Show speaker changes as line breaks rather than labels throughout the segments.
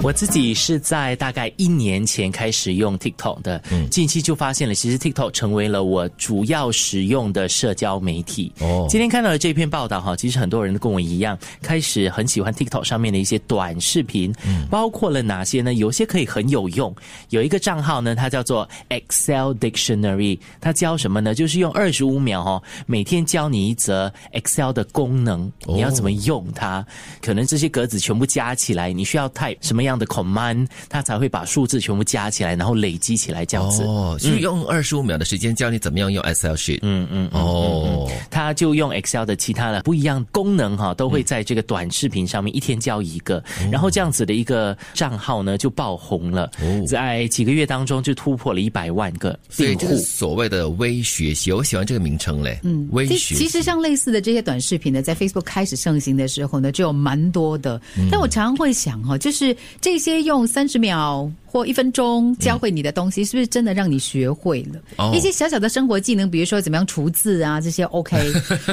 我自己是在大概一年前开始用 TikTok 的，近期就发现了，其实 TikTok 成为了我主要使用的社交媒体。
哦
今天看到了这篇报道哈，其实很多人都跟我一样，开始很喜欢 TikTok 上面的一些短视频，包括了哪些呢？有些可以很有用，有一个账号呢，它叫做 Excel Dictionary，它教什么呢？就是用二十五秒哦，每天教你一则 Excel 的功能，你要怎么用它？可能这些格子全部加起来，你需要 type 什么样的 command，它才会把数字全部加起来，然后累积起来这样子。
哦，所以用二十五秒的时间教你怎么样用 Excel sheet。嗯嗯。哦，
他就用 Excel 的其他的不一样功能
嗯
哈、都会在这个短视频上面一天教一个，然后这样子的一个账号呢就爆红了，
哦
在几个月当中就突破了一百万个
所以
订
这个
户。
所谓的微学习，我喜欢这个名称嘞。嗯，微
其
学习
其实像类似的这些短视频呢，在 Facebook 开始盛行的时候呢，就有蛮多的。
嗯
但我常常会想哈、哦，就是这些用三十秒。或一分钟教会你的东西，是不是真的让你学会了、
嗯哦
一些小小的生活技能？比如说怎么样除字啊，这些 OK。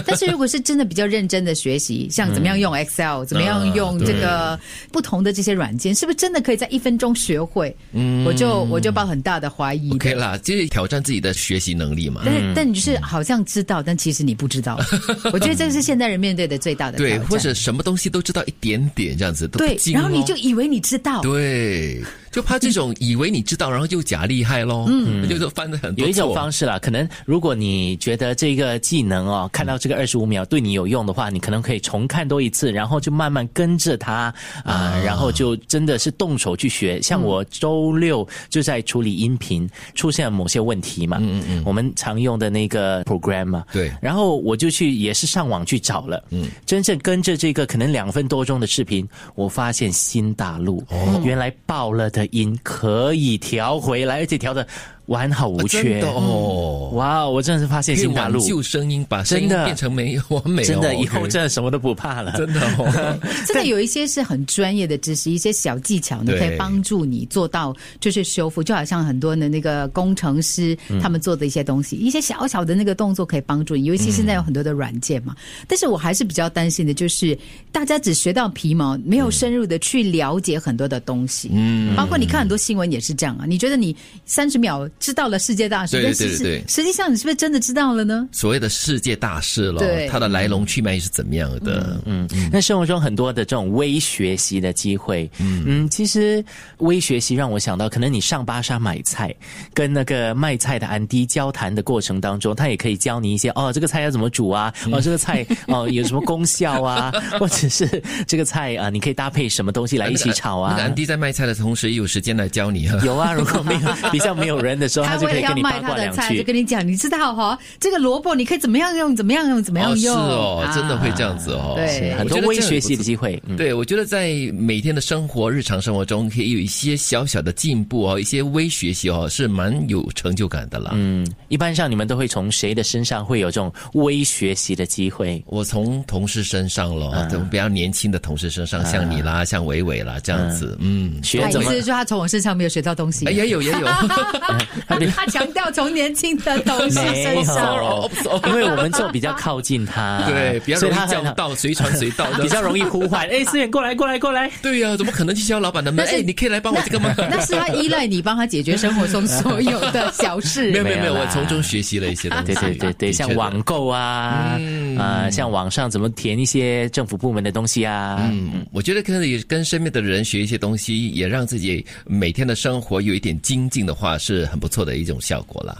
但是如果是真的比较认真的学习，像怎
嗯
么样用 Excel，、怎么样用这
啊
个不同的这些软件，是不是真的可以在一分钟学会？嗯，我就我就抱很大的怀疑的。
OK 啦，就是挑战自己的学习能力嘛。
但但你就是好像知道，但其实你不知 道。我觉得这是现代人面对的最大的挑
对，
战。
或者什么东西都知道一点点这样子，都不
对，
精
然后你
咯
就以为你知道，
对，就怕这种以为你知道，然后又假厉害咯。嗯，就是犯了很多
有一种
错
方式啦，可能如果你觉得这个技能
嗯
哦，看到这个二十五秒对你有用的话，你可能可以重看多一次，然后就慢慢跟着它啊、然后就真的是动手去学。
嗯
像我周六就在处理音频出现了某些问题嘛，嗯嗯嗯，我们常用的那个 program 嘛，
对
然后我就去也是上网去找了，嗯，真正跟着这个可能两分多钟的视频，我发现新大陆，哦、原来爆了的音可以调回来，而且调的完好无缺
啊真的。哦。
哇，我真的是发现
可以
新大
挽
陆，
救声音，把声音
真的
变成没有完美哦、
真的
OK
以后真的什么都不怕了。
真的哦，
真的有一些是很专业的知识，一些小技巧呢，
对
可以帮助你做到就是修复。就好像很多的那个工程师
嗯
他们做的一些东西，一些小小的那个动作可以帮助你。尤其现在有很多的软件嘛，但是我还是比较担心的，就是大家只学到皮毛，没有深入的去了解很多的东西。嗯，包括你看很多新闻也是这样啊。你觉得你三十秒知道了世界大事，
对
但
对对
实际
对
实际上你是不是真的知道了呢？
所谓的世界大事咯
对，
它的来龙去脉是怎么样的？嗯，
那生活中很多的这种微学习的机会，嗯嗯，其实微学习让我想到，可能你上巴沙买菜，跟那个卖菜的安迪交谈的过程当中，他也可以教你一些哦，这个菜要怎么煮啊，
嗯
哦，这个菜哦有什么功效 啊，或者是这个菜啊，你可以搭配什么东西来一起炒
那
啊
个。安迪在卖菜的同时，也有时间来教你 啊。
有啊，如果没有比较没有人的时候，他就可
为了
以
要
跟你八
卖他
卦
的
两
菜，就
句。嗯
跟你讲，你知道哈、这个萝卜你可以怎么样用，怎么样用，怎么样
哦，是
用。啊
哦，真的会这样子哦。
对
是
啊很多
我觉得
微
这样
学习的
不错
机会，嗯，
对，我觉得在每天的生活、日常生活中，可以有一些小小的进步哦，一些微学习哦，是蛮有成就感的啦。嗯，
一般上你们都会从谁的身上会有这种微学习的机会？
我从同事身上咯，
嗯
从比较年轻的同事身上，像你啦，像伟伟啦，这样子，嗯，
学
哎，
怎
你
么
是说他从我身上没有学到东西？
哎，也 有也有，
他他强调从年轻的东西身上。
有，因为我们坐比较靠近他，
对，比较
所
容
以他
易
很
叫到，随传随到的，
比较容易呼 唤。哎，思远过来，过来，过来。
对呀、怎么可能去敲老板的门？
那是
哎，你可以来帮我这 个吗？
那是他依赖你帮他解决生活中所有的小事。
没有没有
没
没
有
有，
啦
我从中学习了一些东 西。啊
对对对对，
的确
像
的
网购啊，呃，像网上怎么填一些政府部门的东西啊，
嗯，我觉得可以跟身边的人学一些东西，也让自己每天的生活有一点精进的话，是很不错的一种效果啦。